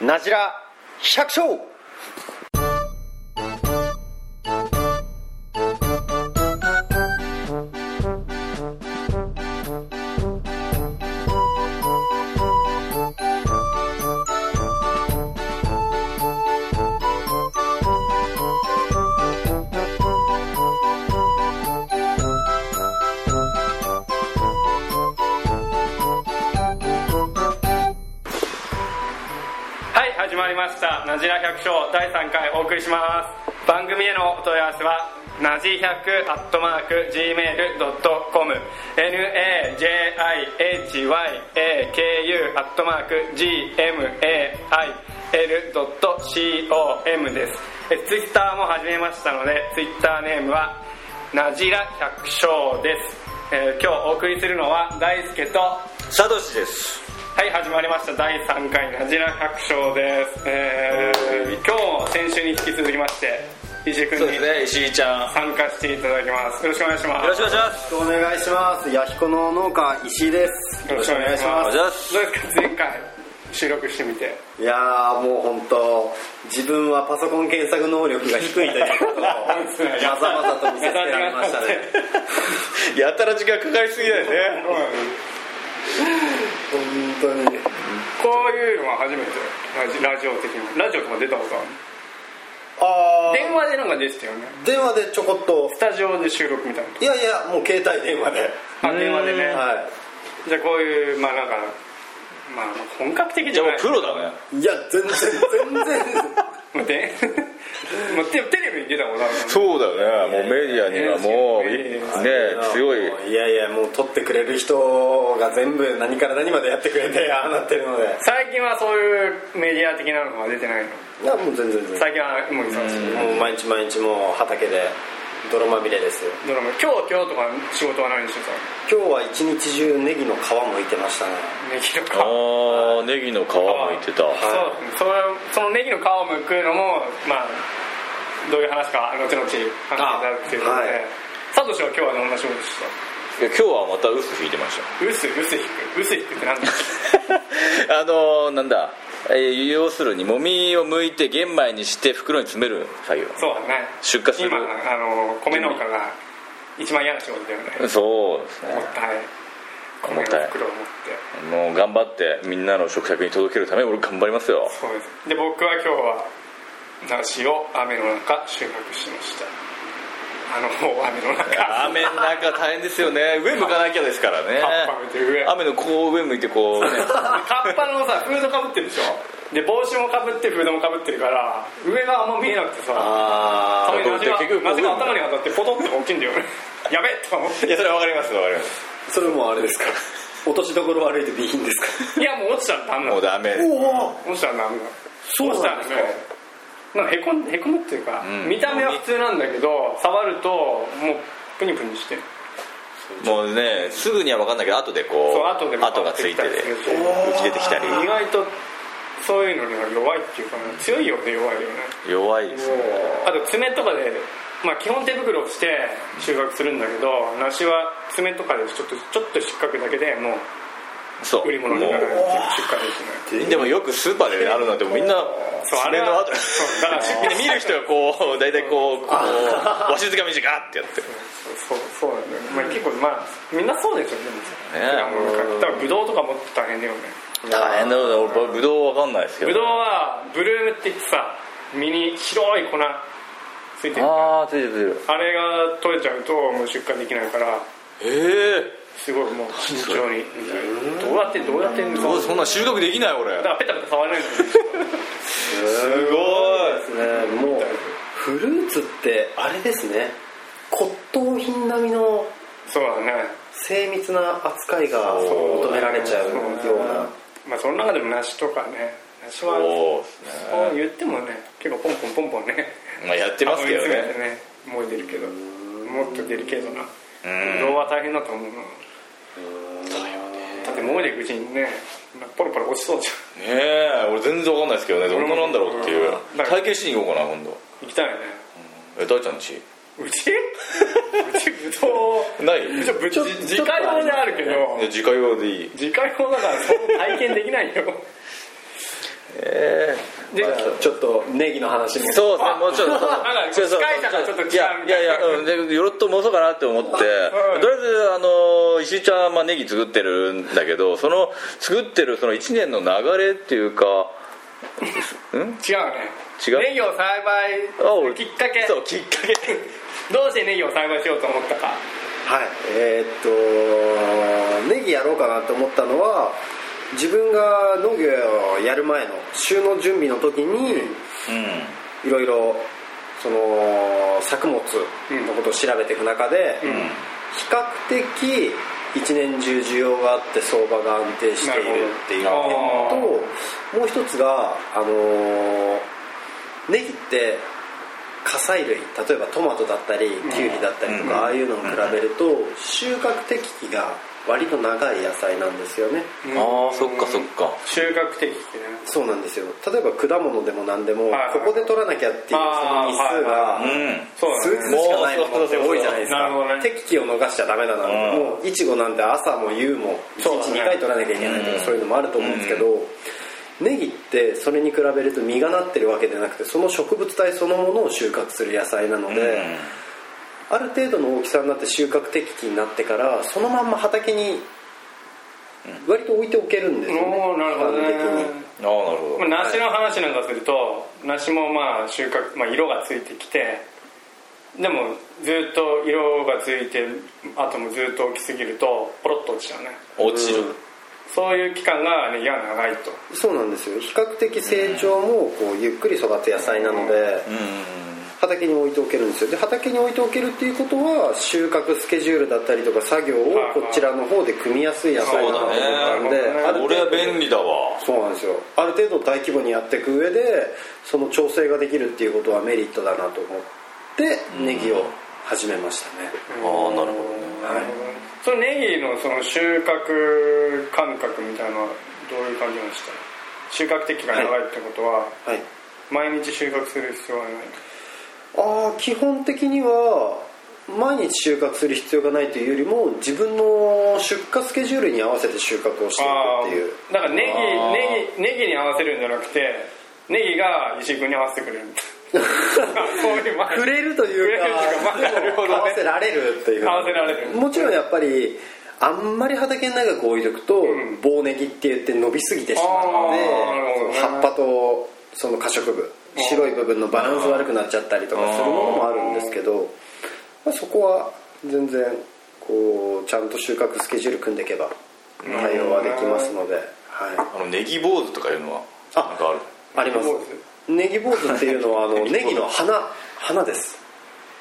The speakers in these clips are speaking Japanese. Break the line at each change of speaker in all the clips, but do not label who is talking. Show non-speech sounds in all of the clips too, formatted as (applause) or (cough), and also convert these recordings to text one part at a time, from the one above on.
なじら百姓
はい始まりました「なじら百姓」第3回お送りします番組へのお問い合わせはなじ100アットマーク Gmail.com najihyaku アットマーク gmail.com ですえツイッターも始めましたのでツイッターネームはなじら百姓です、えー今日お送りするのは大輔と
サトシです
はい始まりました第3回「なじら百姓」です、えー、今日も先週に引き続きまして石井君
そう
に
ですね、石井ちゃん。よ
参加していただきますよろしくお願いします
ろしくお願いします。
お願いします弥彦の農家石井です
よろしくお願いし
お
ま
願い
す
します。
どうですか前回収録してみて
いやーもう本当自分はパソコン検索能力が低いという
(laughs)
ことをまざまざと見せつけられましたね
(laughs) やたら時間かかりすぎだよね。
本当に
こういうのは初めてラジラジオ的にラジオとか出たことあ
あ
る電話でなんか出てたよね
ー電話でちょこっと
スタジオで収録みたいなの
いやいやもう携帯電話で
あ電話でね
は
じゃあこういうまあなんかまあ本格的
じ
じ
ゃ
ゃ
あも
な
う
い
プロだね。
いいや全然全然
もうで (laughs) もうテテレビに出たことあるもんね
そうだね。もうメディア
にはもう
ね、
いやいやもう撮ってくれる人が全部何から何までやってくれて (laughs) ああなってるので
最近はそういうメディア的なのは出てないの
いやもう全然全然
最近はもう忙しい
もう毎日毎日もう畑で泥まみれですよ
ドラマ今日今日とか仕事は何してたの
今日は一日中ネギの皮剥いてましたね
ネギとか
ああ、ネギの皮剥いてた。
そうそれそのネギの皮を剥くのもまあどういう話か後々話していただくということ
あは
で
い
サトシは今日はどんな仕事して
今日はまたウス引いてました
ウスウス引くウス引くって何だ
た。 (laughs) あのー、なんだ。えー要するにもみを剥いて玄米にして袋に詰める作業
そうだね
出荷する
今あの米農家が一番嫌な仕事だよね
そうです
もっ
ね
たい米
重たい
の袋を持って
もう頑張ってみんなの食卓に届けるために俺頑張りますよ
そうですで僕は今日は梨を雨の中収穫しましたあの雨の中葉っ
雨の中大変ですよね上向かなきゃですからね (laughs)
ぱ見て上カ
雨のこう上向いてこうね
ッパのさフードかぶってるでしょで帽子もかぶってフードもかぶってるから上があんま見えなくてさ
あ
それに梨が
結局
梨が頭に当たってポトッと大きいんだよね (laughs) やべえとか思って
いやそれは分かります分かります
あそれもあれ (laughs) ですか落としどころ悪いと備品ですか
いやもう落ちたらダメな
も
の
うダメ
おお
落ちたらダメなの
そうなんですか
落ちたらねなんかへこんへこむっていうか、
ん
見た目は普通なんだけど触るともうプニプニしてる
もうねすぐには分かんないけど後でこう
そう後でも
跡がついてて
出てきたりする
浮き出てきたり
意外とそういうのには弱いっていうかな強いよね弱いよね
弱いですね
あと爪とかで、まあ、基本手袋をして収穫するんだけど梨は爪とかでちょっとちょっと失格だけでも
そう
う売り物になるっていう出荷ですね
もうでもよくスーパーであるのはでもみんな
そうあれ
爪の
は
跡
そうだから
みんな見る人がこう大体こ
(laughs)
うこうわしづかみじガーってやって
そうそうなんだよね、まあ、結構まあみんなそうですよね
ね
果物の買いだからブドウとかもっと大変だよね
大変だよね俺ブドウ分かんないですけ
ブ
ど
ドウはブルームって言ってさ身に白い粉ついてるあ
ああついてるついてる
れが取れちゃうともう出荷できないから
ええ
すごいもう慎重にどうやってどうやってんの
どうそんな収穫できない俺
だからペタペタ触れないんですよ
すご
ですねもうフルーツってあれですね骨董品並みの
そうだね
精密な扱いが求められちゃうような
まあその中でも梨とかね梨は
そう
そう言ってもね結構ポンポンポンポンね
まあやってますけど
箱に詰めて
ね
ね燃えてるけどもっとデリケートな
うん
移動は大変だと思うなだって燃えていくうちにねポロポロ落ちそうじゃ
ねえ俺全然わかんないですけどねどんななんだろうっていう
うん
体験しに行こうかな今度
ん行きたいね
え大ちゃんち
うち (laughs) うちぶどう
ない
ちょぶち自家用であるけど
で自家用でいい
自家用だからそんな体験できないよ
え
で
まあちょっとネギの話も
そうですねもうちょっと
なんか
そうそう
司会者がちょっと違うみ
いや
たいない
やいや、うん、でよろっと戻そうかなって思って、とりあえずあの石井ちゃん、まあ、ネギ作ってるんだけどその作ってるその1年の流れっていうか
違うね
違う
ネギを栽
あ
培
俺
きっかけ
そうきっかけ
(laughs) どうしてネギを栽培しようと思ったか
はいえーっとネギやろうかなと思ったのは自分が農業をやる前の収納準備の時に
うん
いろいろその作物のことを調べていく中で、比
ん
較的一年中需要があって相場が安定しているっていう点
なるほ
と
ど
もう一つがあのーネギって火菜類例えばトマトだったりキュウリだったりと
うん
か、ああいうのを比べると収穫適期が割と長い野菜なんですよね、
ああそっかそっか
収穫適期ね
そうなんですよ例えば果物でも何でも、
はい
ここで取らなきゃっていうその日数が、
あーはいはいは
う
い
ん
そう
数
だ
日
ね
しかないものって多いじゃないです
な
か
るほどね
適期を逃しちゃダメだな
うん
もういちごなんて朝も夕も
そうだね
1日2回取らなきゃいけないとかそういうのもあると思うんですけどネギってそれに比べると実がなってるわけでなくてその植物体そのものを収穫する野菜なのである程度の大きさになって収穫適期になってからそのまんま畑に割と置いておけるんですよね
おーなるほどね
一般的に
ああなるほ
まあ梨の話なんかすると、梨もまあ収穫、まあ、色がついてきてでもずっと色がついてあともずっと置きすぎるとポロッと落ちちゃうね
ど落ちる
そういう期間がネギは長いと
そうなんですよ比較的成長もこうゆっくり育つ野菜なので
うん
畑に置いておけるんですよで畑に置いておけるっていうことは収穫スケジュールだったりとか作業を
はい
こちらの方で組みやすい野菜だなと思ったんで
そうだね
ある
俺は便利だわ
そうなんですよある程度大規模にやっていく上でその調整ができるっていうことはメリットだなと思ってネギを始めましたね、
ああなるほどね
そのネギのその収穫感覚みたいなのはどういう感じなんですか収穫適期が長いってことは、
はい
毎日収穫する必要はない
ああ基本的には毎日収穫する必要がないというよりも自分の出荷スケジュールに合わせて収穫をしてい
あ
くっていう
あだからネギネギネギに合わせるんじゃなくてネギが石井君に合わせてくれ (laughs) るそういうまあ
触れるというか
触れるというかまあなるほどね
合わせられるっていう
合わせられる
もちろんやっぱりあんまり畑に長く置いとくと、
ん
棒ネギって言って伸びすぎてしまう
あーなる
の
ほど
で
ね
葉っぱとその褐色部白い部分のバランス悪くなっちゃったりとかするものもあるんですけど、まあ、そこは全然こうちゃんと収穫スケジュール組んでいけば対応はできますので、はい、
あのネギ坊主とかいうのは
あ
なんかある
あります
そうで
ネギ坊主っていうのはあのネギの花花です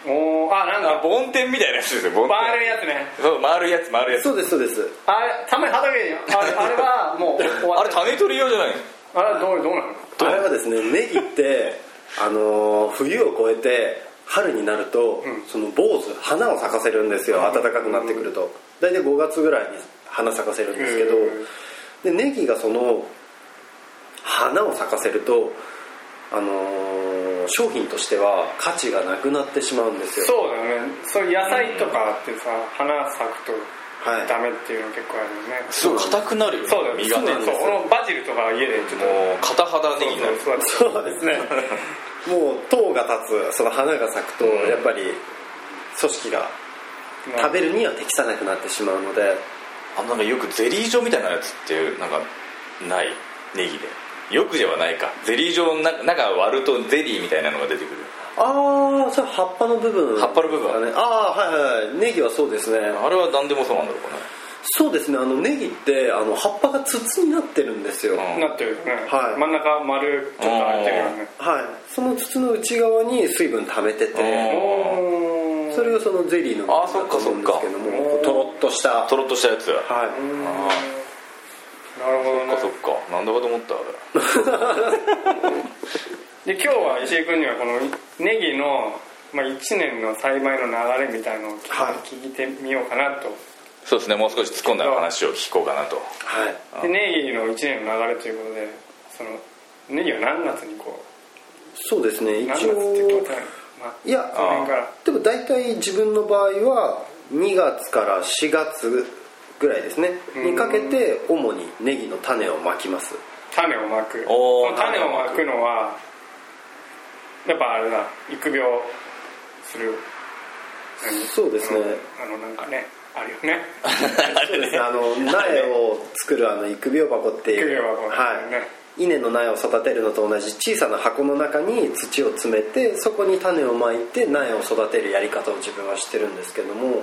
おーあなん
あ
か
梵天みたいなやつですよ梵
回
天
るやつね
そう回るやつ回るやつ
そうですそうです
あれたまに畑にあれあれはもう終わ
あ
っ
れ
た
種取り用じゃないの
あれはどうどうなの
あれはです (laughs) ねネギってあのー冬を越えて春になると、その坊主花を咲かせるんですよ暖かくなってくると大体5月ぐらいに花咲かせるんですけどでネギがその花を咲かせるとあのー商品としては価値がなくなってしまうんですよ
そうだよねそういう野菜とかってさ花咲くと
はい
ダメっていうの結構あるよね
すごい硬くなるよね
そうだよ
身
そ
が
う
ね
なん
そ
で
う
すよこのバジルとか家でちょっと
もう片肌ネギになる
そうそうそう
そうですねもう塔が立つその花が咲くとやっぱり組織が食べるには適さなくなってしまうので
あのなんかよくゼリー状みたいなやつってなんかないネギでよくではないかゼリー状の中中割るとゼリーみたいなのが出てくる
ああそれ葉っぱの部分
葉っぱの部分
だねああはいはいネギはそうですね
あれは何でもそうなんだろうかね
そうですねあのネギってあの葉っぱが筒になってるんですよ、
うん
なってるよね、
はい
真ん中丸ちょっと空いてるよね
はいその筒の内側に水分溜めて
うん
て
おー
それがそのゼリーの部
あーそ
分
っ
だ
か
と
そ
思
っ
う
か
んですけどもこうとろっとしたは
とろっとしたやつ
い
あ
なるほど
あそ
ね
っかなんだかと思ったあれ
で今日は石井君にはこのネギの、まあ、1年の栽培の流れみたいのを聞,、
はい
聞いてみようかなと
そうですねもう少し突っ込んだ話を聞こうかなと
はい
でネギの1年の流れということでそのネギは何月にこう
そうですね
何
一
月って
応
決まった
いや
のまあ、その辺から
でも大体自分の場合は2月から4月ぐらいですねにかけて主にネギの種をまきます
種をまく
おー
その種をまくのはやっぱあれだ育苗する何
そうですね
あのなんかねあるよね
そうですねあの苗を作るあの育苗箱っていう
育苗箱ね
はい、稲の苗を育てるのと同じ小さな箱の中に土を詰めてそこに種をまいて苗を育てるやり方を自分は知ってるんですけども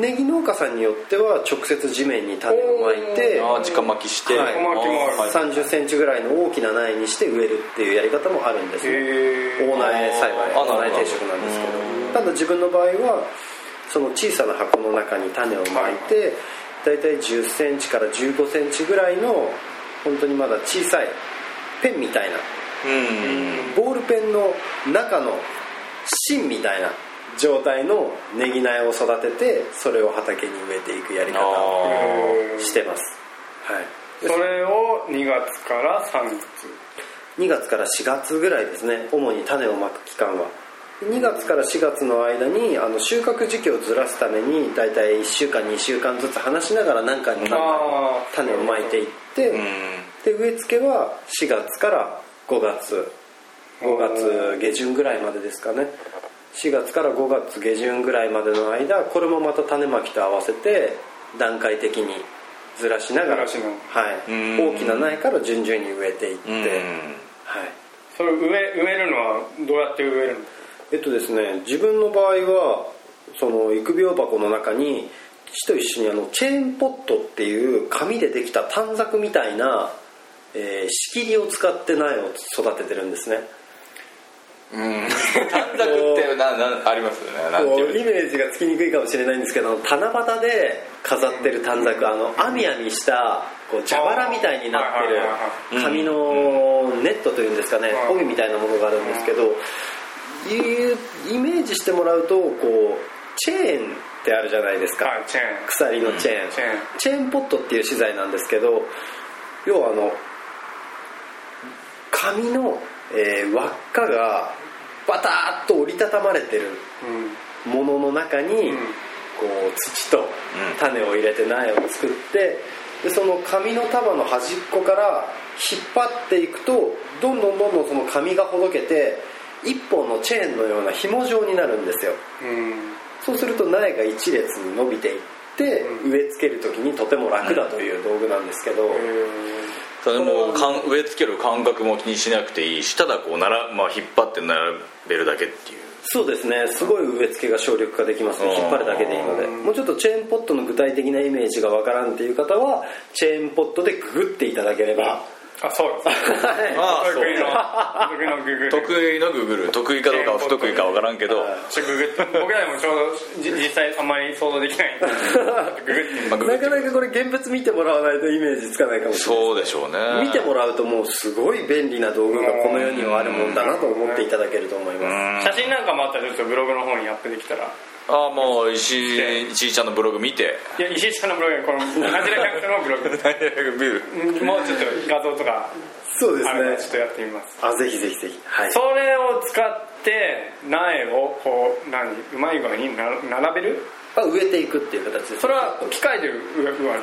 ネギ農家さんによっては直接地面に種をまいて
ああ直巻きして、
はい
直巻きもある
はい
3 0ンチぐらいの大きな苗にして植えるっていうやり方もあるんです
へ
ね
ー
大苗栽培
あなるほど
大苗定食なんですけどただ自分の場合はその小さな箱の中に種をまいて大体1 0ンチから1 5ンチぐらいの本当にまだ小さいペンみたいな
うん
ボールペンの中の芯みたいな状態のネギ苗を育ててそれを畑に植えていくやり方を
あ、
へー
してます、はい、
それを2月から3月
2月から4月ぐらいですね主に種をまく期間は2月から4月の間にあの収穫時期をずらすために大体1週間2週間ずつ離しながら何回も何回も
あー
種をまいていって、で植え付けは4月から5月5月下旬ぐらいまでですかね4月から5月下旬ぐらいまでの間これもまた種まきと合わせて段階的にずらしながら、は
ずらしな
いう
ん
大きな苗から順々に植えていって、
うん
はい
それ植え植えるのはどうやって植えるの
えっとですね自分の場合はその育苗箱の中に土と一緒にあのチェーンポットっていう紙でできた短冊みたいな、えー仕切りを使って苗を育ててるんですね
うん短冊ってななありますよねなん
こ
ていうう
イメージがつきにくいかもしれないんですけど七夕で飾ってる短冊あの網網したこう蛇腹みたいになって
はいはいはい
は
る
い
紙のネットというんですかね
はい
帯みたいなものがあるんですけどいうイメージしてもらうとこうチェーンってあるじゃないですか、
はいチェーン
鎖のチェーン、
チェーン
チェーンポットっていう資材なんですけど要はあの紙の、えー輪っかがバターッと折りたたまれてる
うん
ものの中に、
うん
こう土と種を入れて苗を作ってでその紙の束の端っこから引っ張っていくとどんどんどんどんその紙がほどけて一本のチェーンのような紐状になるんですよ
うん
そうすると苗が一列に伸びていって
う
植え付ける時にとても楽だという道具なんですけど、
へ
それもかん植え付ける間隔も気にしなくていいしだこうなら、まあ、引っ張って並べるだけっていう
そうですねすごい植え付けが省力化できますね
うん
引っ張るだけでいいのでもうちょっとチェーンポットの具体的なイメージがわからんっていう方はチェーンポットでググっていただければ
ーあ
(laughs)
そうです
あ
得意の得意のグーグル
得意のグーグル得意かどうかは不得意か分からんけど、ま
ちょっとググって僕らでもちょうどじ実際あんまり想像できないんでちょっとググってみる
あ、グーグ
な
ル
かなかこれ現物見てもらわないとイメージつかないかもしれない
そうでしょうね
見てもらうともうすごい便利な道具がこの世にはあるもんだなと思っていただけると思います
写真なんかもあったらちょっとブログの方にアップできたら
ああもう石井石井ちゃんのブログ見て
いや石井さんのブログこのナジラキャンプのブログ
ビュー
もうちょっと画像とか
そうで
あればち
す
ょっ
ね
とやってみます
あぜひぜひぜひはい
それを使って苗をこう何うまい具合にな並べる
あ植えていくっていう形です
それは機械で植えるわ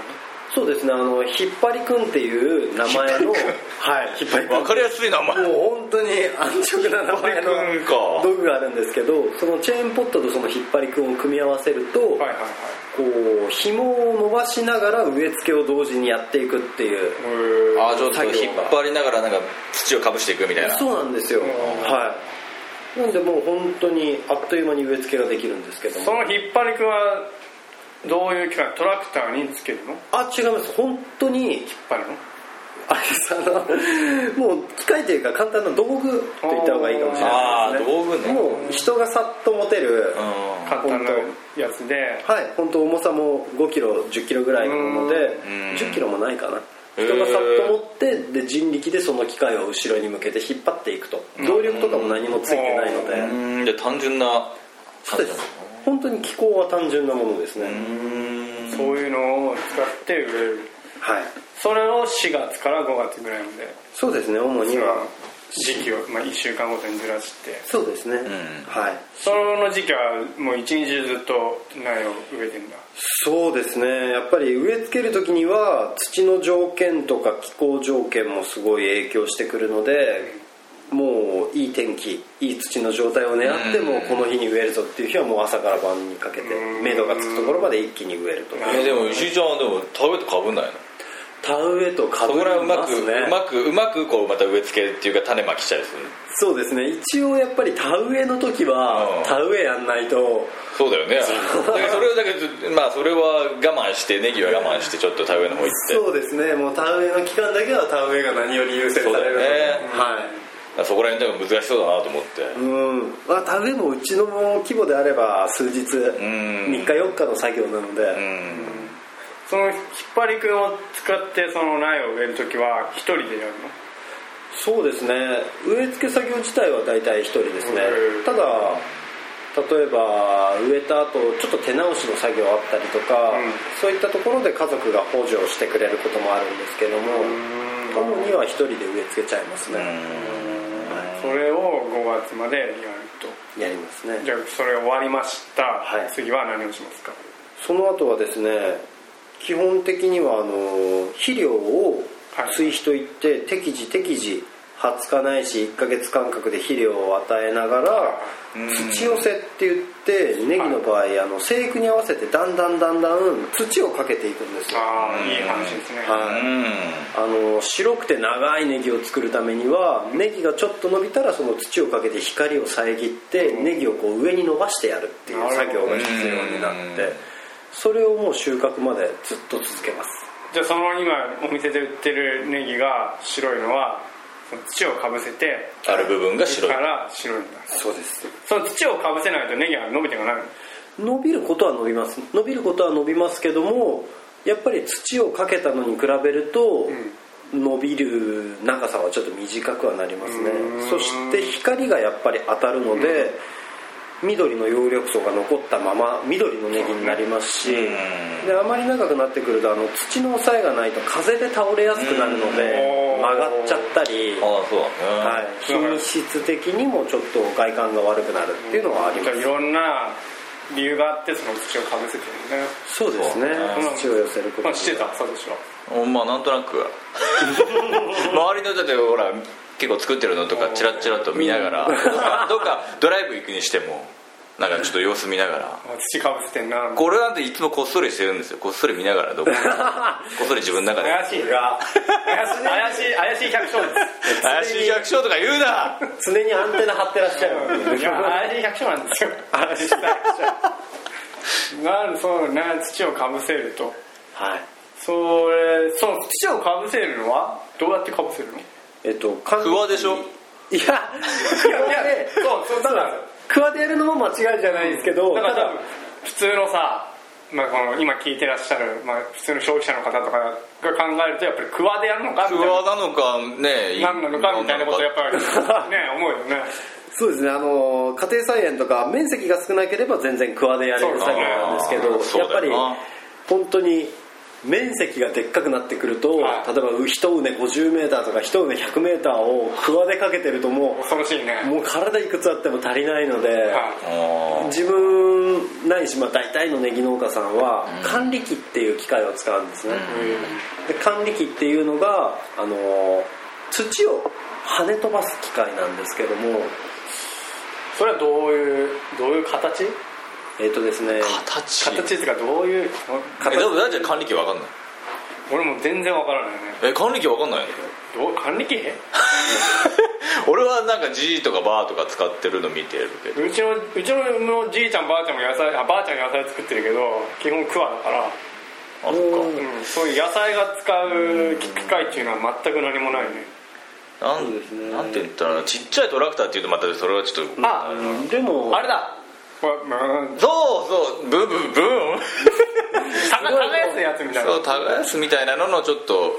そうですねあのひっぱりくんっていう名前のはいひっぱりくん
分かりやすいなお前
もう本当に安直な名前の
ひっぱりくんか
道具があるんですけどそのチェーンポットとそのひっぱりくんを組み合わせると、
はいはいはい
こう紐を伸ばしながら植え付けを同時にやっていくっていう
うーん
ああちょっと引っ張りながらなんか土をかぶしていくみたいな
そうなんですよはいなんでもう本当にあっという間に植え付けができるんですけど
そ
も
の引っ張りくんはどういう機械トラクターにつけるの引っ
あ違います本当に
張るの
あれさあのもう機械というか簡単な道具と言った方がいいかもしれ
あ
ない
あ
ですね
道具ね
もう人がさっと持てる、
うん
簡単なやつで
はい本当重さも5キロ1 0キロぐらいのもので
ん
1 0キロもないかな
へー
人がさっと持ってで人力でその機械を後ろに向けて引っ張っていくと動力とかも何もついてないので
うんじゃあ単純な
そうです本当に気候は単純なものですね
うん
そういうのを使って植える
はい
それを4月から5月ぐらいまで
そうですね主には
時期を、まあ、1週間ごとにずらして
そうですね、はい
その時期はもう一日中ずっと苗を植えてんだ
そうですねやっぱり植え付ける時には土の条件とか気候条件もすごい影響してくるのでもういい天気いい土の状態を狙ってもうこの日に植えるぞっていう日はもう朝から晩にかけて目処がつくところまで一気に植えると
えでも石井ちゃんはでも田植えとかぶんないの
田植えとか
そ
ぶ
こら
り
辺うま
ま
く
すね
うまくうまくこうまた植え付けっていうか種まきしたりする
そうですね一応やっぱり田植えの時
う
は
ん
田植えやんないと
そうだよねだからそれをだけどまあそれは我慢してネギは我慢してちょっと田植えの方行って
そうですねもう田植えの期間だけは田植えが何より優先されるので、
そうだよね
はい
そこら辺多分難しそうだなと思って
うん、まあ、田植えもうちの規模であれば数日、3
ん
日4日の作業なので、
うん
その引っ張り君を使ってその苗を植える時は一人でやるの
そうですね植え付け作業自体は大体1人ですね
うん
ただ例えば植えた後ちょっと手直しの作業あったりとか、
ん
そういったところで家族が補助をしてくれることもあるんですけども主には1人で植え付けちゃいますね、
それを5月までやると
やりますね
じゃあそれ終わりました、
はい
次は何をしますか
その後はですね基本的にはあの肥料を
はい
追肥といって、適時適時20日ないし1ヶ月間隔で肥料を与えながら土寄せって言ってネギの場合、あの生育に合わせてだんだんだんだん土をかけていくんですよ、
ああいい話ですね、
は
う
い、
ん
あの白くて長いネギを作るためにはネギがちょっと伸びたらその土をかけて光を遮ってネギをこう上に伸ばしてやるっていう作業が必要になってそれをもう収穫までずっと続けます
じゃあその今お店で売ってるネギが白いのはその土をかぶせて
ある部分が白い
から白いんだ
そうです
その土をかぶせないとネギが伸びてこない
伸びることは伸びます伸びることは伸びますけどもやっぱり土をかけたのに比べると、伸びる長さはちょっと短くはなりますねそして光がやっぱり当たるので、緑の葉緑素が残ったまま緑のネギになりますし、であまり長くなってくるとあの土の押さえがないと風で倒れやすくなるの
う
で
ん
曲がっちゃったり、
ああそうだ
は
ね
い、品質的にもちょっと外観が悪くなるっていうのはありま
じゃあ
す
いろんな理由があってその土をかぶせてるね
そうですね
うん
土を寄せること
まあ
に
してたサトシは
うんまあなんと
(laughs)
なく周りのだってほら結構作ってるのとかチラッチラッと見ながらどっかどっかドライブ行くにしてもなんかちょっと様子見ながら
あ土かぶせてんな
これなんていつもこっそりしてるんですよこっそり見ながらどこかこっそり自分の中で
怪しいが怪しい怪しい怪しい百姓です
怪しい百姓とか言うな
常にアンテナ張ってらっしゃる
いや怪しい百姓なんですよ怪しい百姓なんそうね土をかぶせると
はい
それその土をかぶせるのはどうやってかぶせるの
えっと完
不和でしょ
いやいやいや
そうそうだから
クワでやるのも間違いじゃないですけど
だ
た
から
だ
多分普通のさ、まあ、この今聞いてらっしゃる、まあ、普通の消費者の方とかが考えるとやっぱりクワでやるのか
不
みたい
和なのかね
な何なのかみたいなことやっぱりね思うよね
そうですねあの家庭菜園とか面積が少なければ全然クワでやれる作業なんですけど
そう
やっ
だ
ぱ
ね
り本当に面積がでっかくなってくると、
はい
例えば一畝 50m とか一畝 100m をクワでかけてるとも
恐ろしいね
うもう体いくつあっても足りないので、
はい
あ
自分ないし、まあ、大体のネギ農家さんは管理機っていう機械を使うんですね、で管理機っていうのがあのー土を跳ね飛ばす機械なんですけども
それはどういうどういう形
えっ、とですね
ー形
形っていうかどういう
えだだって管理機わかんない
俺も全然わからないね
え管理機わかんないの
どう管理機 (laughs)
俺はなんか G とかバーとか使ってるの見てるけど
うちのうちのじいちゃんばあちゃんも野菜あばあちゃん野菜作ってるけど基本クワだから、
あそっ
うん、そういう野菜が使う機械っていうのは全く何もないね
かなん
そうですね
なんて言ったらちっちゃいトラクターっていうとまたそれはちょっと
あ
でも
あれだこれまあ
そうそうブンブンブン
高耕すやつみたいな
そう耕すみたいなののちょっと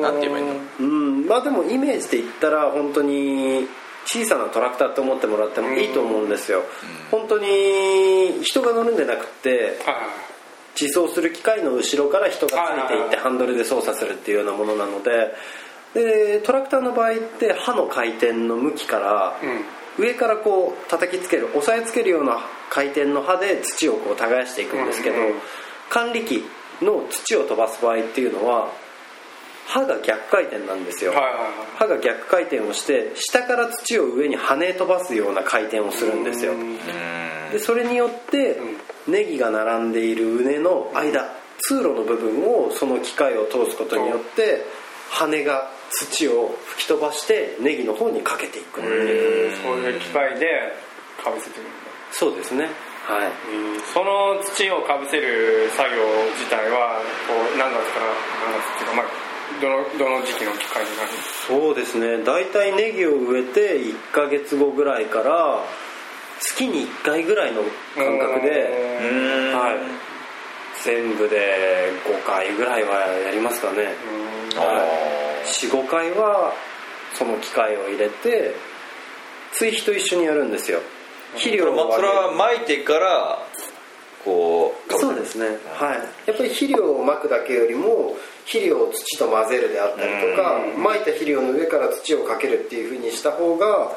なんて言えばいいの
うんまあでもイメージで言ったら本当に小さなトラクターと思ってもらってもいいと思うんですよ本当に人が乗るんじゃなくって
はい
自走する機械の後ろから人がついていってハンドルで操作するっていうようなものなのででトラクターの場合って刃の回転の向きから、上からこう叩きつける押さえつけるような回転の刃で土をこう耕していくんですけど、
うんうん
管理機の土を飛ばす場合っていうのは刃が逆回転なんですよ、
はいはいはい
刃が逆回転をして下から土を上に跳ね飛ばすような回転をするんですよ
うん
でそれによってネギが並んでいる畝の間通路の部分をその機械を通すことによって羽が土を吹き飛ばしてネギの方にかけていく
そういう機械でかぶせてるんだ
そうですねはい
その土をかぶせる作業自体はこう何月から何月っていうか、まあ、どのどの時期の機械になるんです
そうですね大体ネギを植えて1ヶ月後ぐらいから月に1回ぐらいの
か
感覚で、
うん
うーん
はい、全部で5回ぐらいはやりますかね、
あー
45回はその機械を入れて追肥と一緒にやるんですよ肥料を
まあそれは撒いてからこう
そうですねはいやっぱり肥料をまくだけよりも肥料を土と混ぜるであったりとかまいた肥料の上から土をかけるっていうふうにした方が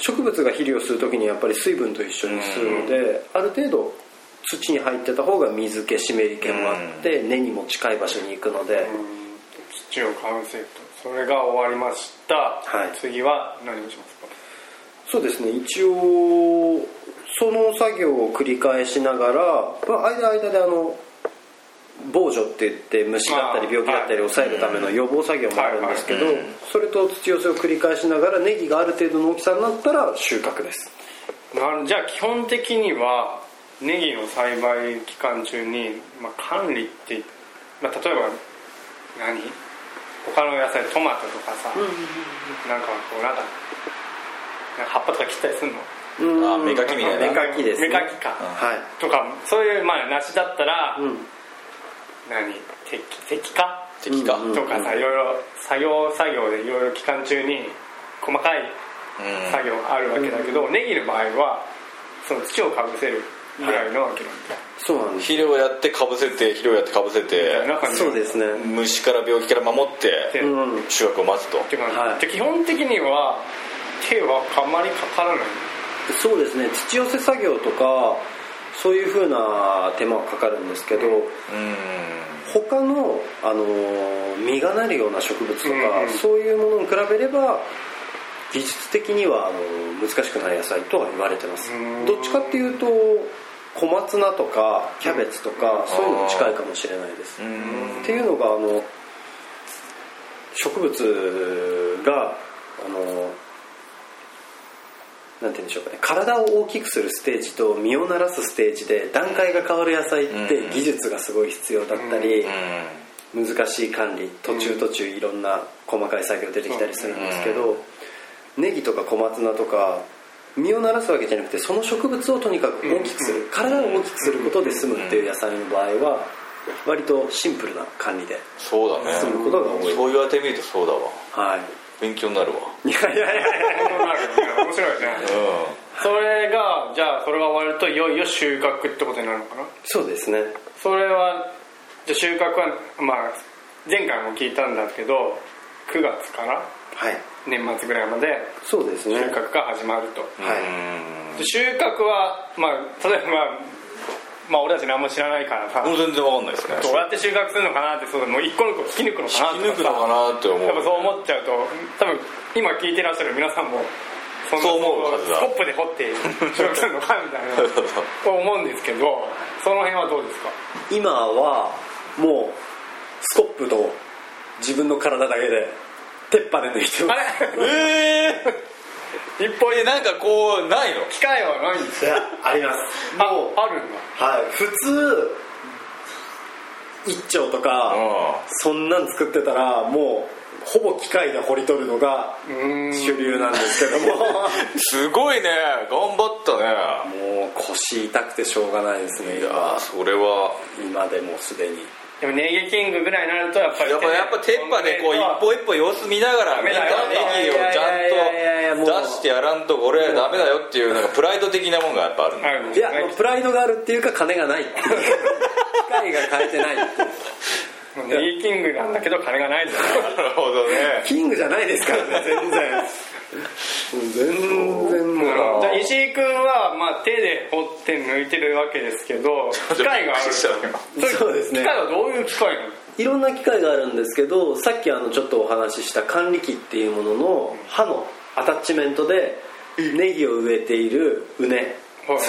植物が肥料する時にやっぱり水分と一緒にするのである程度土に入ってた方が水気湿り気もあって根にも近い場所に行くので
土をかぶせるとそれが終わりました、
い
次は何をしますか
そうですね一応その作業を繰り返しながら、まあ、間間であの防除って言って虫だったり
あー
病気だったり
はい
抑えるための予防作業もあるんですけど
はいはい
それと土寄せを繰り返しながらネギがある程度の大きさになったら収穫です
なじゃあ基本的にはネギの栽培期間中に、まあ、管理って、まあ、例えば何他の野菜トマトとかさ、なんかこうなんかなんか葉っぱとか切ったりするの
うん
あ芽かきみたいな
芽かきですね
芽かきか、
はい
とかそういうまあ梨だったら、
うん
何適適化
敵か
うん
とかさ、いろいろ作業作業でいろいろ期間中に細かい作業があるわけだけど、ネギの場合はその土をかぶせるぐらいのわけなんだ、
そうなんです
肥料やってかぶせて肥料やってかぶせて
みたいな感じ
そうですね
虫から病気から守っ
で
て
うん
収穫を待つと
って感じ、
はい
で基本的には手はあまりかからない
そうですね土寄せ作業とかそういうふうな手間はかかるんですけど、
うん
他の、あのー実がなるような植物とか、
うんうん
そういうものに比べれば技術的にはあのー難しくない野菜とは言われてます
うん
どっちかっていうと小松菜とかキャベツとか、そういうのに近いかもしれないです、っていうのがあの植物があのなんて言うんでしょうかね体を大きくするステージと身を慣らすステージで段階が変わる野菜って技術がすごい必要だったり難しい管理途中途中いろんな細かい作業出てきたりするんですけどネギとか小松菜とか身を慣らすわけじゃなくてその植物をとにかく大きくする体を大きくすることで済むっていう野菜の場合は割とシンプルな管理で
そうだね
済むことが多い
そう言われてみるとそうだわ
はい
勉強になるわ
いやいやいや
そうなるよね面白いねそれがじゃあそれが終わるといよいよ収穫ってことになるのかな
そうですね
それはじゃあ収穫はまあ前回も聞いたんだけど9月から
はい
年末ぐらいまで
そうですね
収穫が始まると、
は
で収穫はまあ例えば、まあ、俺たち何も知らないからさ
うんもう全然わかんないですね
どうやって収穫するのかなってそうだもう一個の個引き抜くのかなと
引き抜く
か
の
さ
かなって思う
やっぱそう思っちゃうと多分今聞いてらっしゃる皆さんもそんな
そう思うはずだ
スコップで掘って収穫するのかみたいなと思うんですけどその辺はどうですか
い今はもうスコップと自分の体だけで鉄板で抜いてま
あ
す
れ
え (laughs) え
一方
えなんかこうないの
機械はないんです
いやあります
あ
もう
あるんだ
はい普通一丁とか、
う
そんなん作ってたらもうほぼ機械で掘り取るのが主流なんですけども
んすごいね頑張ったね
もう腰痛くてしょうがないですね
いやーそれは
今今でもすでに
でもネギキングぐらいになるとやっぱり
やっぱやっぱ鉄板でこう一歩一歩様子見ながらみんなネギをちゃんと出してやらんとこれダメだよっていうなんかプライド的なもんがやっぱあるんだ
ある
い
んです
や
ね
プライドがあるっていうか金がないっていう機械が買えてないっていう
もうネギキングなんだけど金がないですから
なるほどね
(laughs) キングじゃないですからね (laughs) 全然全然もう
じゃあ石井君は、まあ、手で掘って抜いてるわけですけど機械がある
そうですね
機械はどういう機械なの
いろんな機械があるんですけどさっきあのちょっとお話しした管理機っていうものの刃のアタッチメントでネギを植えている畝
はい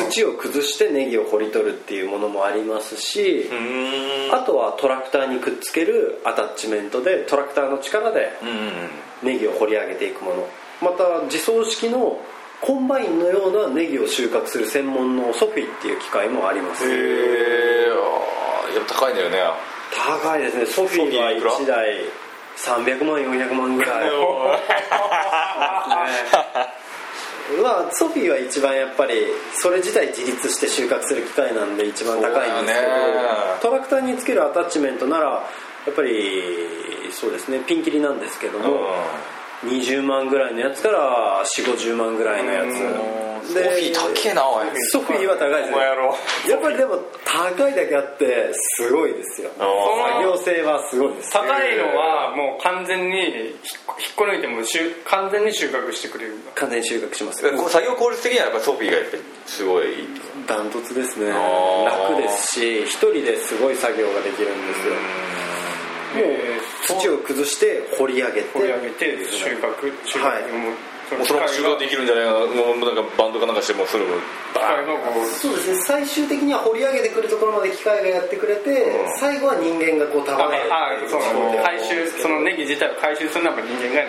土を崩してネギを掘り取るっていうものもありますし
うーん
あとはトラクターにくっつけるアタッチメントでトラクターの力で
うん
ネギを掘り上げていくものまた自走式のコンバインのようなネギを収穫する専門のソフィっていう機械もあります
へえあーやっぱ高いんだよね
高いですねソフィーは1台300万400万ぐらいですねまあソフィーは一番やっぱりそれ自体自立して収穫する機械なんで一番高いんですけど
そうだよね
トラクターにつけるアタッチメントならやっぱりそうですねピンキリなんですけど
うん
も、20万ぐらいのやつから4 5 0万ぐらいのやつ
ソフィー高えなおい
ソフィーは高いです
お
ね
前やろ
やっぱりでも高いだけあってすごいですよ
あ
作業性はすごいです
高いのはもう完全に引っこ引っこ抜いても収完全に収穫してくれるんだ
完全に収穫します
ーこう作業効率的にはやっぱソフィーがやっぱりすごい
ダントツですね
あー
楽ですし一人ですごい作業ができるんですよ
え
土を崩して掘り上げて
掘り上げて収穫収穫、
はい
もうそ
もう
の機
その
械が機
まま収穫できるんじゃないかなもうなんかバンドかなんかしてもそれもバー
械がこう
そうですね最終的には掘り上げてくるところまで機械がやってくれて最後は人間がこう
あ
束ねる
あそうな
そう
の回収そのネギ自体を回収するのはやっぱ人間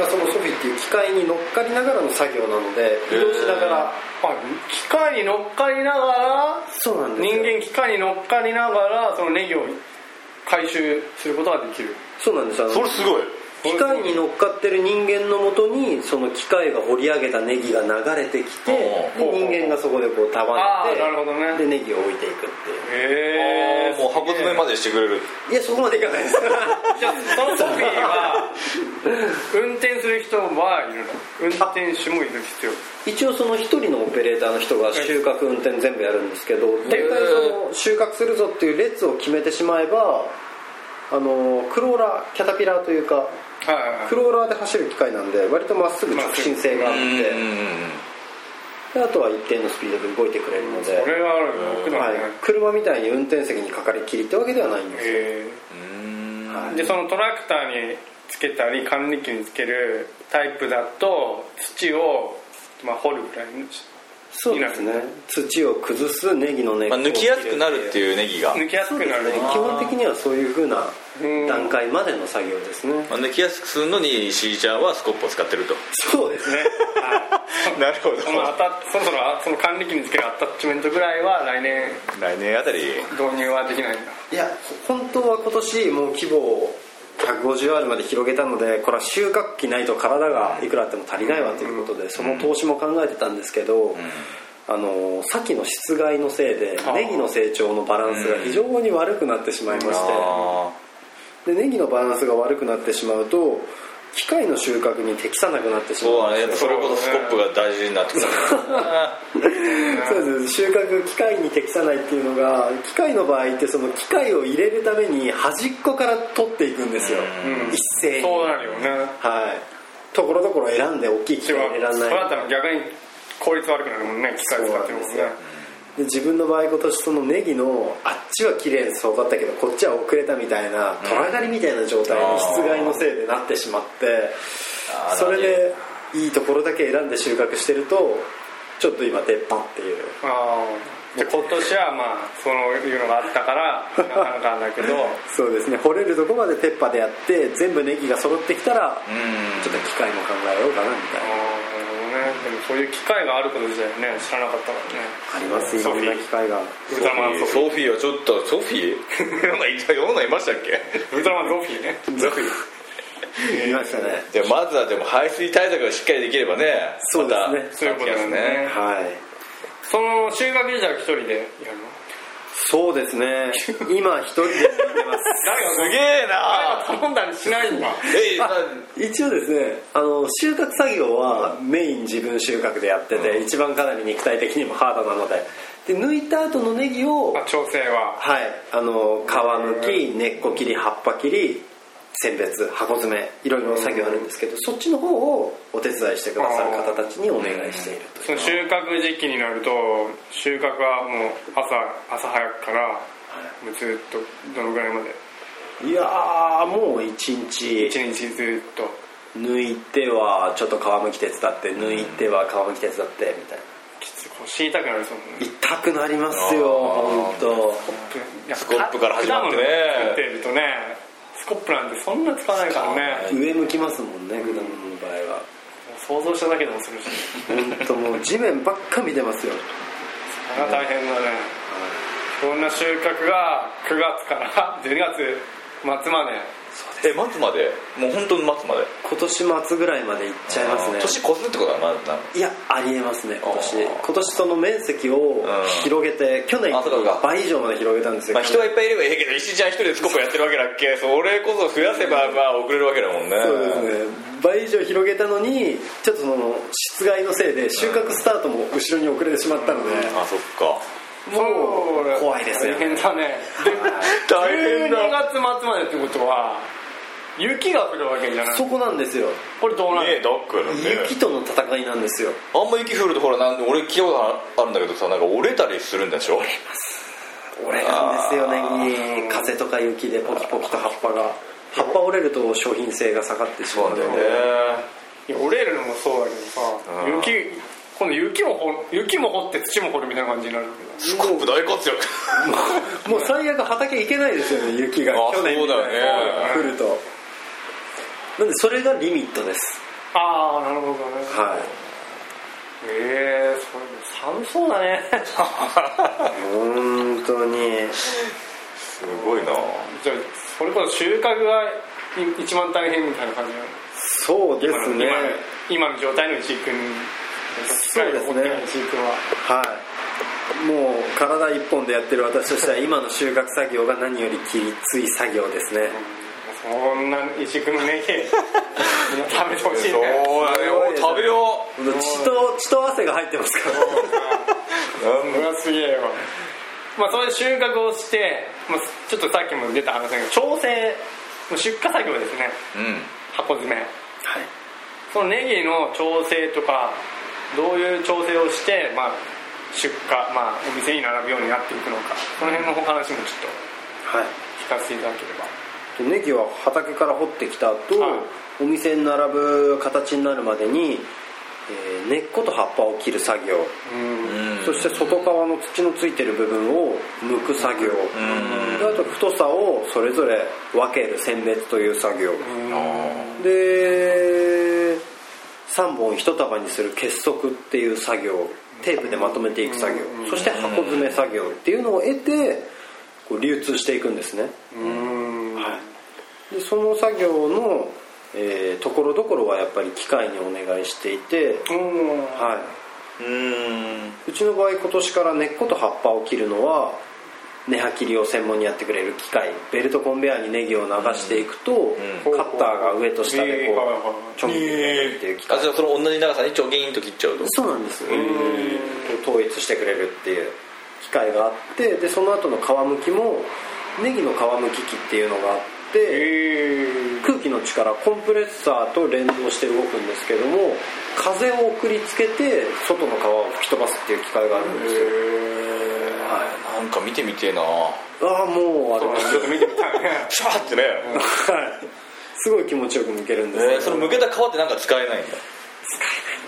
がや
そう
るんだ
なんですよただでも人間がそのソフィっていう機械に乗っかりながらの作業なので移動しながら
あ機械に乗っかりながら
そうなんですよ
人間機械に乗っかりながらそのネギを回収することができる
そうなんですよあの
それすごい
機械に乗っかってる人間のもとにその機械が掘り上げたネギが流れてきてで
ほうほう
人間がそこでこう束ねて
あーなるほどね
でネギを置いていくっていう
へえ
もう箱詰めまでしてくれる
いやそこまでいかないです (laughs)
じゃあそのソフィーは運転する人はいるの運転手もいる必要
一応その一人のオペレーターの人が収穫運転全部やるんですけど大体その収穫するぞっていう列を決めてしまえばあのクローラーキャタピラーというか
はいはいはい
クローラーで走る機械なんで割とまっすぐ直進性があっ
うん
てであとは一定のスピードで動いてくれるので、
これはあるよ僕だ
はい
ね、
車みたいに運転席にかかりきりってわけではないんですよ、
へ
うん
えでそのトラクターにつけたり管理機につけるタイプだと土を、まあ、掘るぐらいの
そうですね土を崩すネギの根っ
ま
こ
あ
を
抜きやすくなるって
う
いうネギが
抜きやす
そう
く
で
な
す
る
ね基本的にはそういうふうな
うん
段階までの作業ですね
まあ抜きやすくするのに石井ちゃんはスコップを使ってると
そうですね
なるほ
そのアタッそろそろその管理機につけるアタッチメントぐらいは来年
来年あたり
導入はできないんだ
(laughs) いや本当は今年もう規模を150あるまで広げたのでこれは収穫期ないと体がいくらあっても足りないわということでその投資も考えてたんですけど、あのさっきの室外のせいで
あー
ネギの成長のバランスが非常に悪くなってしまいまして、
あ
でネギのバランスが悪くなってしまうと機械の収穫に適さなくなって
ー
し
そう
まう
だねやっぱそれこそスコップが大事になってくる
そうです収穫機械に適さないっていうのが機械の場合ってその機械を入れるために端っこから取っていくんですよ、
うん
一斉に
そうなるよね
はいところどころ選んで大きい機
そ
械
れは
入れられ
そ
ない
れだったら逆に効率悪くなるもんね機械使ってるもんね
そうなんですよで自分の場合今年そのネギのあっちは綺麗に育ったけどこっちは遅れたみたいなトラ狩りみたいな状態
あー
に室外のせいでなってしまって
あー
それでいいところだけ選んで収穫してるとちょっと今鉄板っていう
ああで今年はまあそういうのがあった
(laughs)
からなかなかだけど
そうですね掘れるとこまで鉄板でやって全部ネギが揃ってきたら
うん
ちょっと機械も考えようかなみた
あ
いな
あなるほどねでもそういう機会があること自体ね知らなかったからね
ありますいろんな機械が
ウルトラマンソフ
ソフィーはちょっとソフィー (laughs) 世の中世の中いましたっ
ィーウルトラマンロフィーね
けソフィー
いましたね
でまずはでも排水対策がしっかりできればね
そうですね
また
そういうことだ
先が
ね
はい
その収穫時代は一人でやるの
そうです (laughs) ね今一人で見てます
すげえな
頼んだりしない
(laughs)
んだ
えいな
一応ですねあの収穫作業はメイン自分収穫でやってて、一番かなり肉体的にもハードなのでで抜いた後のネギを
まあ調整は
はいあの皮むき根っこ切り葉っぱ切り選別箱詰めいろいろ作業あるんですけど、そっちの方をお手伝いしてくださる方たちにお願いしていると
その収穫時期になると収穫はもう朝朝早くからもうずっとどのぐらいまで
いやーもう一日
一日ずっと
抜いてはちょっと皮むき手伝って抜いては皮むき手伝ってみたいな
きつ腰痛くなりそうもんね
痛くなりますよ
あー
本当。
いや
スコップから始まってね
果物作ってるとねスコップなんてそんな使わないから
使わな
ね
い
上向きますもんね果物の場合は
想像しただけでもするし
本当もう地面ばっか見てますよ
それは大変だねこんな収穫が9月から12月 (laughs) 末まで
え待つまでもう本当に待つまで
今年末ぐらいまで行っちゃいますね
年越すってことはまだなの
いやありえますね今年
あー
今年その面積を広げて去年
あそうか
倍以上まで広げたんですよ
まあ人がいっぱいいればいいけど石井ちゃん一人でスコップやってるわけだっけそれこそ増やせばまあ遅れるわけだもんね
そうですね倍以上広げたのにちょっとその室外のせいで収穫スタートも後ろに遅れてしまったので
あそっか
もう
怖いですよ
大変
(laughs)
だねで
大変だ
12月末までってことは雪が降るわけじゃない
そこなんですよ
これどうなん
ねえだからね
雪との戦いなんですよ
あんま雪降るとほらなんで俺聞いたことあるんだけどさなんか折れたりするんでしょ
折れるんですよね風とか雪でポキポキと葉っぱが葉っぱ折れると商品性が下がってしまうので
いや折れるのもそうだけどさ
うん
雪今度雪も掘雪も掘って土も掘るみたいな感じになる
スコップ大活躍
もう最悪畑行けないですよね雪が
あ
(laughs) 去年みたい
そうだよ
に降るとなんでそれがリミットです
ああなるほどね
は
ええそれ寒そう
(laughs)
だね
い本当に
すごいな
じゃあそれこそ収穫がい一番大変みたいな感じなの
そうで
今
す
の
ね
今の今の状態の石井君
そうですね
機械が掘ってない石井君は
はいもう体一本でやってる私としては今の収穫作業が何よりきつい作業ですね
そんな石井君のネギ食べてほしい
そう
ね
だねお食べよ
本当血と血と汗が入ってますから
それはすげえよまあそれで収穫をして、まあ、ちょっとさっきも出た話だけど調整もう出荷作業ですね
ううん
箱詰め
はい
そのネギの調整とかどういう調整をして、まあ、出荷、まあ、お店に並ぶようになっていくのかその辺のお話もちょっ
はい
と聞かせていただければ
でネギは畑から掘ってきた後、
は
お店に並ぶ形になるまでに、えー根っこと葉っぱを切る作業、
うん
そして外側の土のついてる部分を剥く作業、であと太さをそれぞれ分ける選別という作業、で3本1束にする結束っていう作業テープでまとめていく作業、そして箱詰め作業っていうのを得てこう流通していくんですね、
うん
はい、でその作業の、えーところどころはやっぱり機械にお願いしていて、
うん
は
うん
い、うちの場合今年から根っこと葉っぱを切るのは根刃切りを専門にやってくれる機械ベルトコンベヤーにネギを流していくと、
うん
カッターが上と下でこ
うん
うちょん切りっていう機
あ
械
じゃあその同じ長さにちょぎんと切っちゃうと
そうなんです統一してくれるっていう機械があってでその後の皮むきもネギの皮むき機っていうのがあって、
え
空気の力コンプレッサーと連動して動くんですけども風を送りつけて外の皮を吹き飛ばすっていう機会があるんですよ、
なんか見てみてえな
ああもうあれ
ちょっと見てみたいね
シャーってね
はいすごい気持ちよく剥けるんですよ、
えーそのむけた皮ってなんか使えないんだ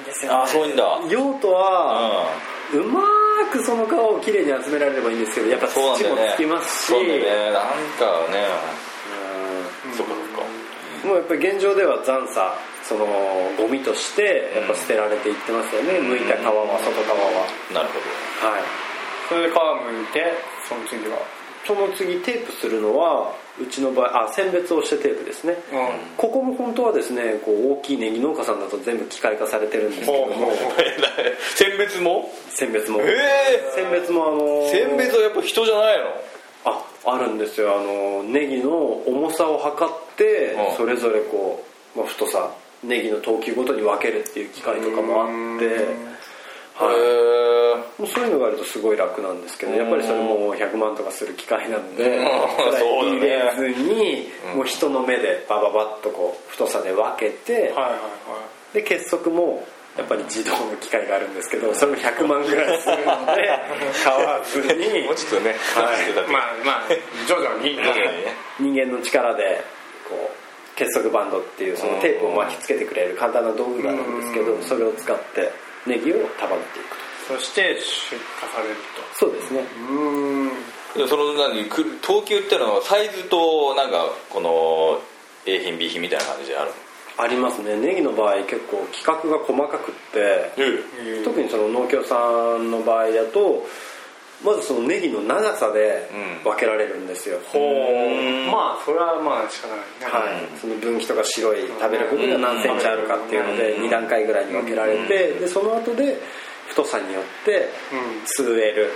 です
あーそういうんだうん
用途は、うまーくその皮をきれいに集められればいいんですけどやっぱ土
そう
も
なんだよね
つきますし
そうだよねなんかね
うん
そっか
も
そっか
うやっぱり現状では残差そのゴミとしてやっぱ捨てられていってますよね、剥いた皮は外側は
なるほ
はい
それで皮むいてその次は
その次テープするのはうちの場合あ選別をしてテープですね、
うん
ここも本当はですねこう大きいネギ農家さんだと全部機械化されてるんですけど
ほう
も
ほうほう
(laughs) 選別も
選別も
ええ
選別もあのー
選別はやっぱ人じゃないの
ああるんですよあのネギの重さを測って
うん
それぞれこう、まあ、太さネギの等級ごとに分けるっていう機械とかもあってはい
へえ
もうそういうのがあるとすごい楽なんですけどやっぱりそれも100万とかする機械なので
うんそうだ
入れ
ね
ずにもう人の目でバババッとこう太さで分けて
はいはい
で結束もやっぱり自動の機械があるんですけどそれも100万ぐらいす
(laughs)
るので買わずに
もうちょっとね話してた
はい
けど
まあまあ徐々に
確かにね
人間の力でこう結束バンドっていうそのテープを巻きつけてくれる簡単な道具があるんですけどそれを使ってネギを束ねていく
そして出荷される
とそうですね
とうーん
でもその何くる等級ってのはサイズとなんかこの A 品 B 品みたいな感じである
ありますねネギの場合結構規格が細かくって
の
特にその農協さんの場合だとまずそのネギの長さで
うん
分けられるんですよ、
ほうまあそれはまあ仕方ない
はい、その分岐とか白い食べる部分が何センチあるかっていうので
うん
2段階ぐらいに分けられてでその後で太さによって
う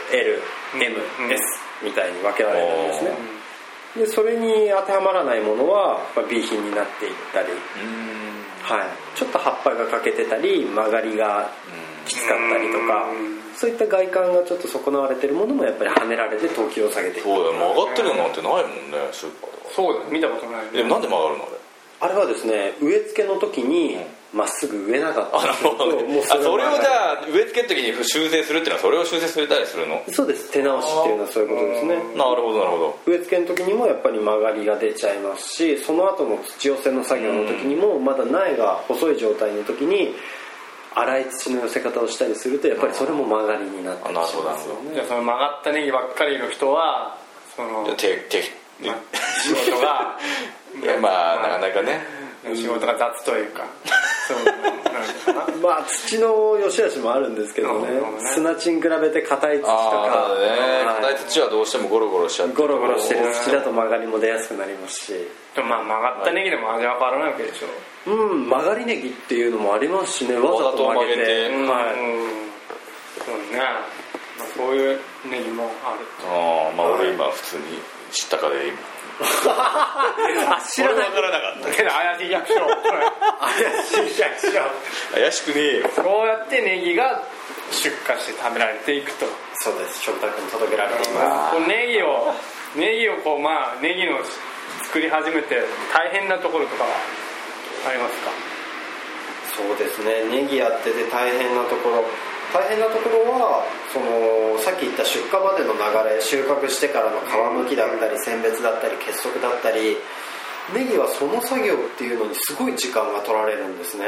2LLMS
うん
みたいに分けられるんですねでそれに当てはまらないものはまあ B 品になっていったり、はい、ちょっと葉っぱが欠けてたり曲がりがきつかったりとか
うん
そういった外観がちょっと損なわれてるものもやっぱり跳ねられて等級を下げていく
そうだよ曲がってるのなんてないもんねスーパーとか
そうだ見たことない
でもなんで曲がるのあ
あ
れ
れはですね植え付けの時にまっすぐ植えなかった
あな
り
る
する
ほど
と
ね
もう
あそれを
は
じゃあ植え付ける時に修正するっていうのはそれを修正されたりするのなる
そうです手直しっていうのはそういうことですね
ほどなるほど
植え付けの時にもやっぱり曲がりが出ちゃいますしその後の土寄せの作業の時にもまだ苗が細い状態の時に粗い土の寄せ方をしたりするとやっぱりそれも曲がりになったりし
あな
ま
る
す
ほ
よ
ど
じ
ね
ゃあその曲がったネギばっかりの人はその
じゃあ手手
まあ仕事が
いやまあなかなかね
仕事が雑というかそうな
(laughs)
のかな
まあ土の良し悪しもあるんですけどね
なるほどね
砂地に比べて硬い土とか
ああね
は
硬
い
い土はどうしてもゴロゴロしちゃって
ゴロゴロしてる土だと曲がりも出やすくなりますし
でもまあ曲がったネギでも味は変わらないわけでしょ
うん曲がりネギっていうのもありますしねわざと曲げて
わざと曲げて
うん
はい
そうね、まあ、そういうネギもある
ああまあ俺今普通に知ったかで今
あ知らない
俺分からなかっ
とけど怪しい役所怪しい役所
た怪しくねえよ
そうやってネギが出荷して食べられていくと
そうです食卓に届けられています
こうネギをネギをこうまあネギの作り始めて大変なところとかはありますか
そうですねネギやってて大変なところ大変なところはそのさっき言った出荷までの流れ収穫してからの皮むきだったり選別だったり結束だったりネギはその作業っていうのにすごい時間が取られるんですね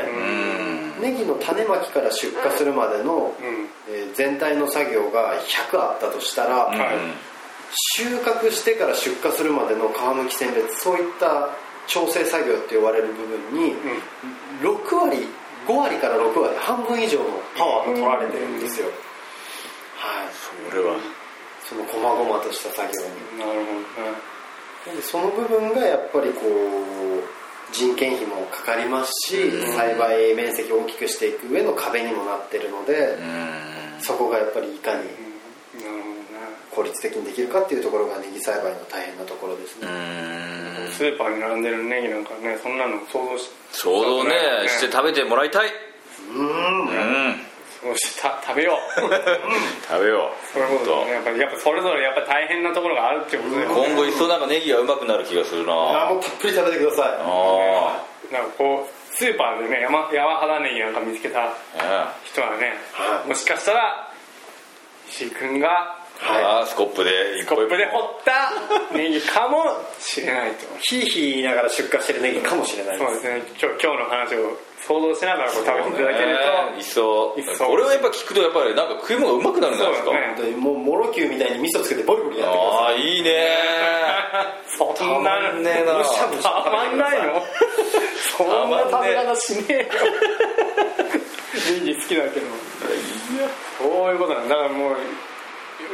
ネギの種まきから出荷するまでの、えー全体の作業が100あったとしたら、収穫してから出荷するまでの皮むき選別そういった調整作業って呼ばれる部分に、6割5割から6割半分以上のパワーが取られてるんですよ、はい
俺は
その細々とした作業に
なるほどね
なんでその部分がやっぱりこう人件費もかかりますし、栽培面積を大きくしていく上の壁にもなってるので、そこがやっぱりいかに
なる
効率的にできるかっていうところがネギ栽培の大変なところですね、
ほどねスーパーに並んでるネギなんかねそんなの想像し
想像ねして食べてもらいたいうん
そうしてた食べよ
(laughs)
う
食べよ
そういうことだねやっぱりやっぱそれぞれやっぱ大変なところがあるってことだ
う
よね
今後一層なんかネギがうまくなる気がするな
あ
あ
ーもうたっぷり食べてください
あ
なんかこうスーパーでね山山肌ネギなんか見つけた
あ
人はね、
はい
もしかしたら石井君が
ああスコップで一
コ
個
ッ
一個
プで掘ったネギかもしれないと
ひいひい言いながら出荷してるネギかもしれない
そうですね今日今日の話を想像しながらこう食べていただける
ね一層
一層
これをやっぱ聞くとやっぱりなんか食い物がうまくなるんじゃないです
そ
か
うだね
本当にもうもろきゅうみたいに味噌つけてボリボリやってくださ
ああいいね
と、そんな
たま
の
んねえな
むしゃむしゃたまんないのそんな食べ方しねえよネギ好きだけどそういうことなんだだからもう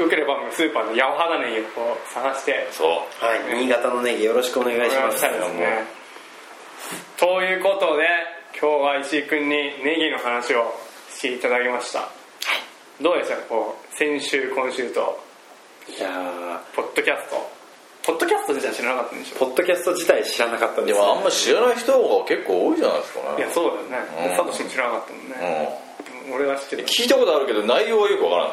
よければもうスーパーで八百肌ネギをこう探して
そ
はい新潟のネギよろしくお願いしま
お願いし
す
たいですねということで今日は石井君にネギの話をしていただきました、どうでしたかこう先週今週と
いやー
ポッドキャストポッドキャスト自体知らなかったんでしょ
ポッドキャスト自体知らなかったん
う
で
ですもあんま知らない人が結構多いじゃないですか
いや
ね
そうだよね、
うん
サトシも知らなかったもんね、俺は知って
うん
た
聞いたことあるけど内容はよくわからない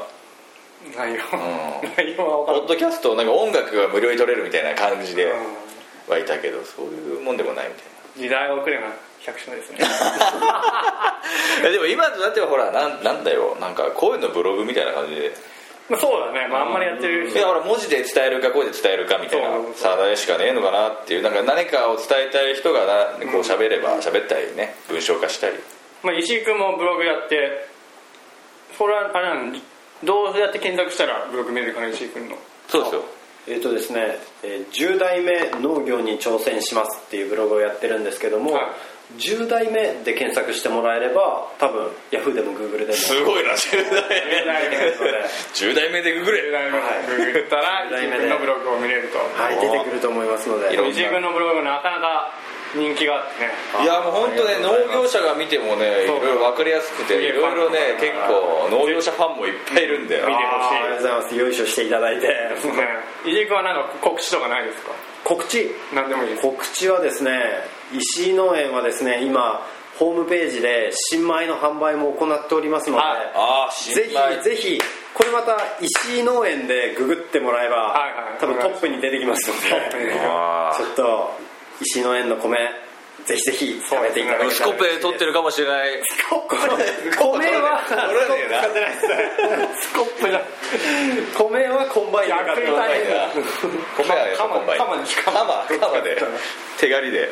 内容、
ん
内容は分か
ポ
ら
ッドキャストなんか音楽が無料に取れるみたいな感じで
ない、うん
はいたけどそういうもんでもないみたいな
時代遅れな百姓 (laughs) ですね
いやでも今となってはほらなんなんだよなんかこういうのブログみたいな感じで
まあそうだね、まあ、あんまりやってる
い
人
やほら文字で伝えるか声で伝えるかみたいな
そう
さあれしかねえのかなっていうなんか何かを伝えたい人がなこう喋れば喋ったりね文章化したり
まあ、石井君もブログやってそれはあれなのどうやって検索したらブログ見えるかな石井君の
そうですよ
えっ、とですね、えー10代目農業に挑戦しますっていうブログをやってるんですけども、
はい
10代目で検索してもらえれば多分ヤフーでもグーグルでも
すごいな10代目10代目でグ
10
グれ
代目のブログ打ったら
10代
石井
目で
君のブログを見れると
はい出てくると思いますので
いろんな
石井君のブログなかなか人気があってね
いやもう本当ね農業者が見てもねい
そう
ろいろ分かりやすくていろいろね結構農業者ファンもいっぱいいるんだよ
見て
あ
ほし
ーありがとうございますよいしょしていただいて
いね石井君はなんか告知とかないですか
告知
何でもいいです
告知はですね石井農園はですね今ホームページで新米の販売も行っておりますので、
はい
ああ心
ぜ
配
ひぜひこれまた石井農園でググってもらえば、
はいはい
多分トップに出てきますの
トップ
で
に出てき
ま
ちょっと石井農園の米ぜひぜひ食べていただけたら
スコップで撮ってるかもしれない
米は
撮らねえな
スコップじゃ
米はコンバインで買ってもらえ
逆に大変だ
米はやっぱ
鎌
コンバイン
鎌に
鎌鎌で手刈りで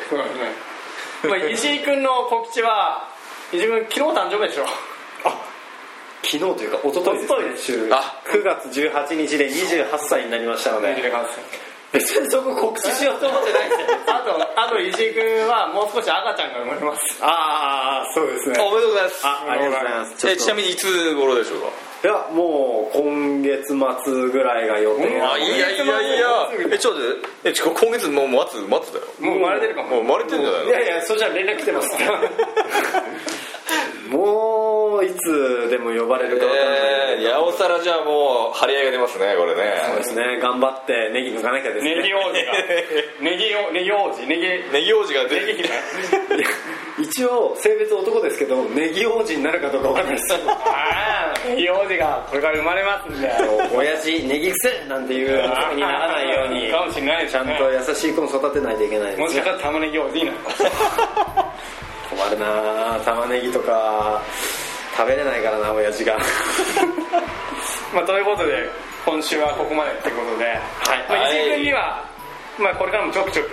まあ石井君の告知は石井君昨日誕生日でしょ
昨日というか一昨日ですね収録
あ
9月18日で28歳になりましたの (laughs)
28
で
歳
別にそこ告知しようと思ってないんですよ
あと、あと石井君はもう少し赤ちゃんが生まれます。
ああそうですね
おめでとうございます
あありがとうございます
えちなみにいつ頃でしょうか
いやもう今月末ぐらいが予定
あいやいやいやえちょっと待ってえちょ今月もう待つ待つだよ
もう生まれてるかも。
もう生まれてんじゃない
い
の
やいやそれじゃ連絡来てますもういつでも呼ばれるかわからない
えー、やおさらじゃあもう張り合いが出ますねこ
そ
れ
う
ね
ですね頑張ってネギ抜かなきゃです
ネギ
ね
王 (laughs) 子が。ネギ王、ネギ王子、ネギ、
ネギ王子が出
ネ
て
ギ
きて
姫。
一応性別男ですけどネギ王子になるかどうかわかんないです
ああ、ネギ王子がこれから生まれますんで。
(laughs) 親父ネギくせなんていう風にならないように
かもしれないで
ち
す
ゃん
ね。
と優しい子も育てないといけないで
もし
す
かし
ね
たら玉ねぎ王子 (laughs) になる。
困るなあ玉ねぎとか食べれないからな親父 (laughs) が
まあ、ということで、今週はここまでってことで、まあ、石井君には、まあ、これからもちょくちょく。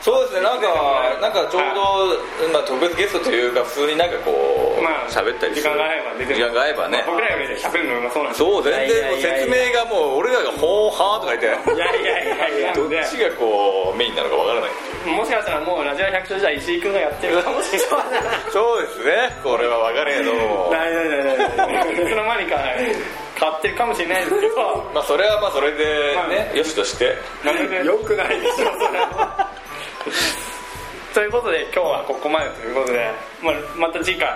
そうですねなんかなんかちょうど、まあ、特別ゲストというか普通になんかこう
まあ
喋、ったりする
時間が合えば出てる
時間が合えばね、
僕らよりで喋るのうまそうなんで。
そう全
いやい
然も
やい
う
やいや
説明がもう俺らが「ほーはー」とか言って
いやいやいやいや、
どっちがこうメインなのかわからない
もしかしたらもうラジオ百姓時代石井君がやってるかもしれない。
そうですねこれは分かれへんの
ないないないないな
(laughs)
い
いつの間にか買ってるかもしれないですけど
まあそれはまあそれで
まあ
ね
ね
よしとして
なるべく
よくないでしょそれ
ということで今日はここまでということで、まあ、また次回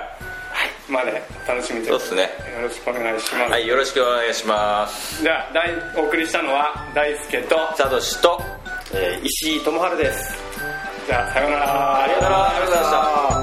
までお楽しみといこと
そううですね
でよろしくお願いします、
はいよろしくお願いします
では大お送りしたのは大輔と
サトシと
えー石井智春です
じゃあさようなら
ありがとうございました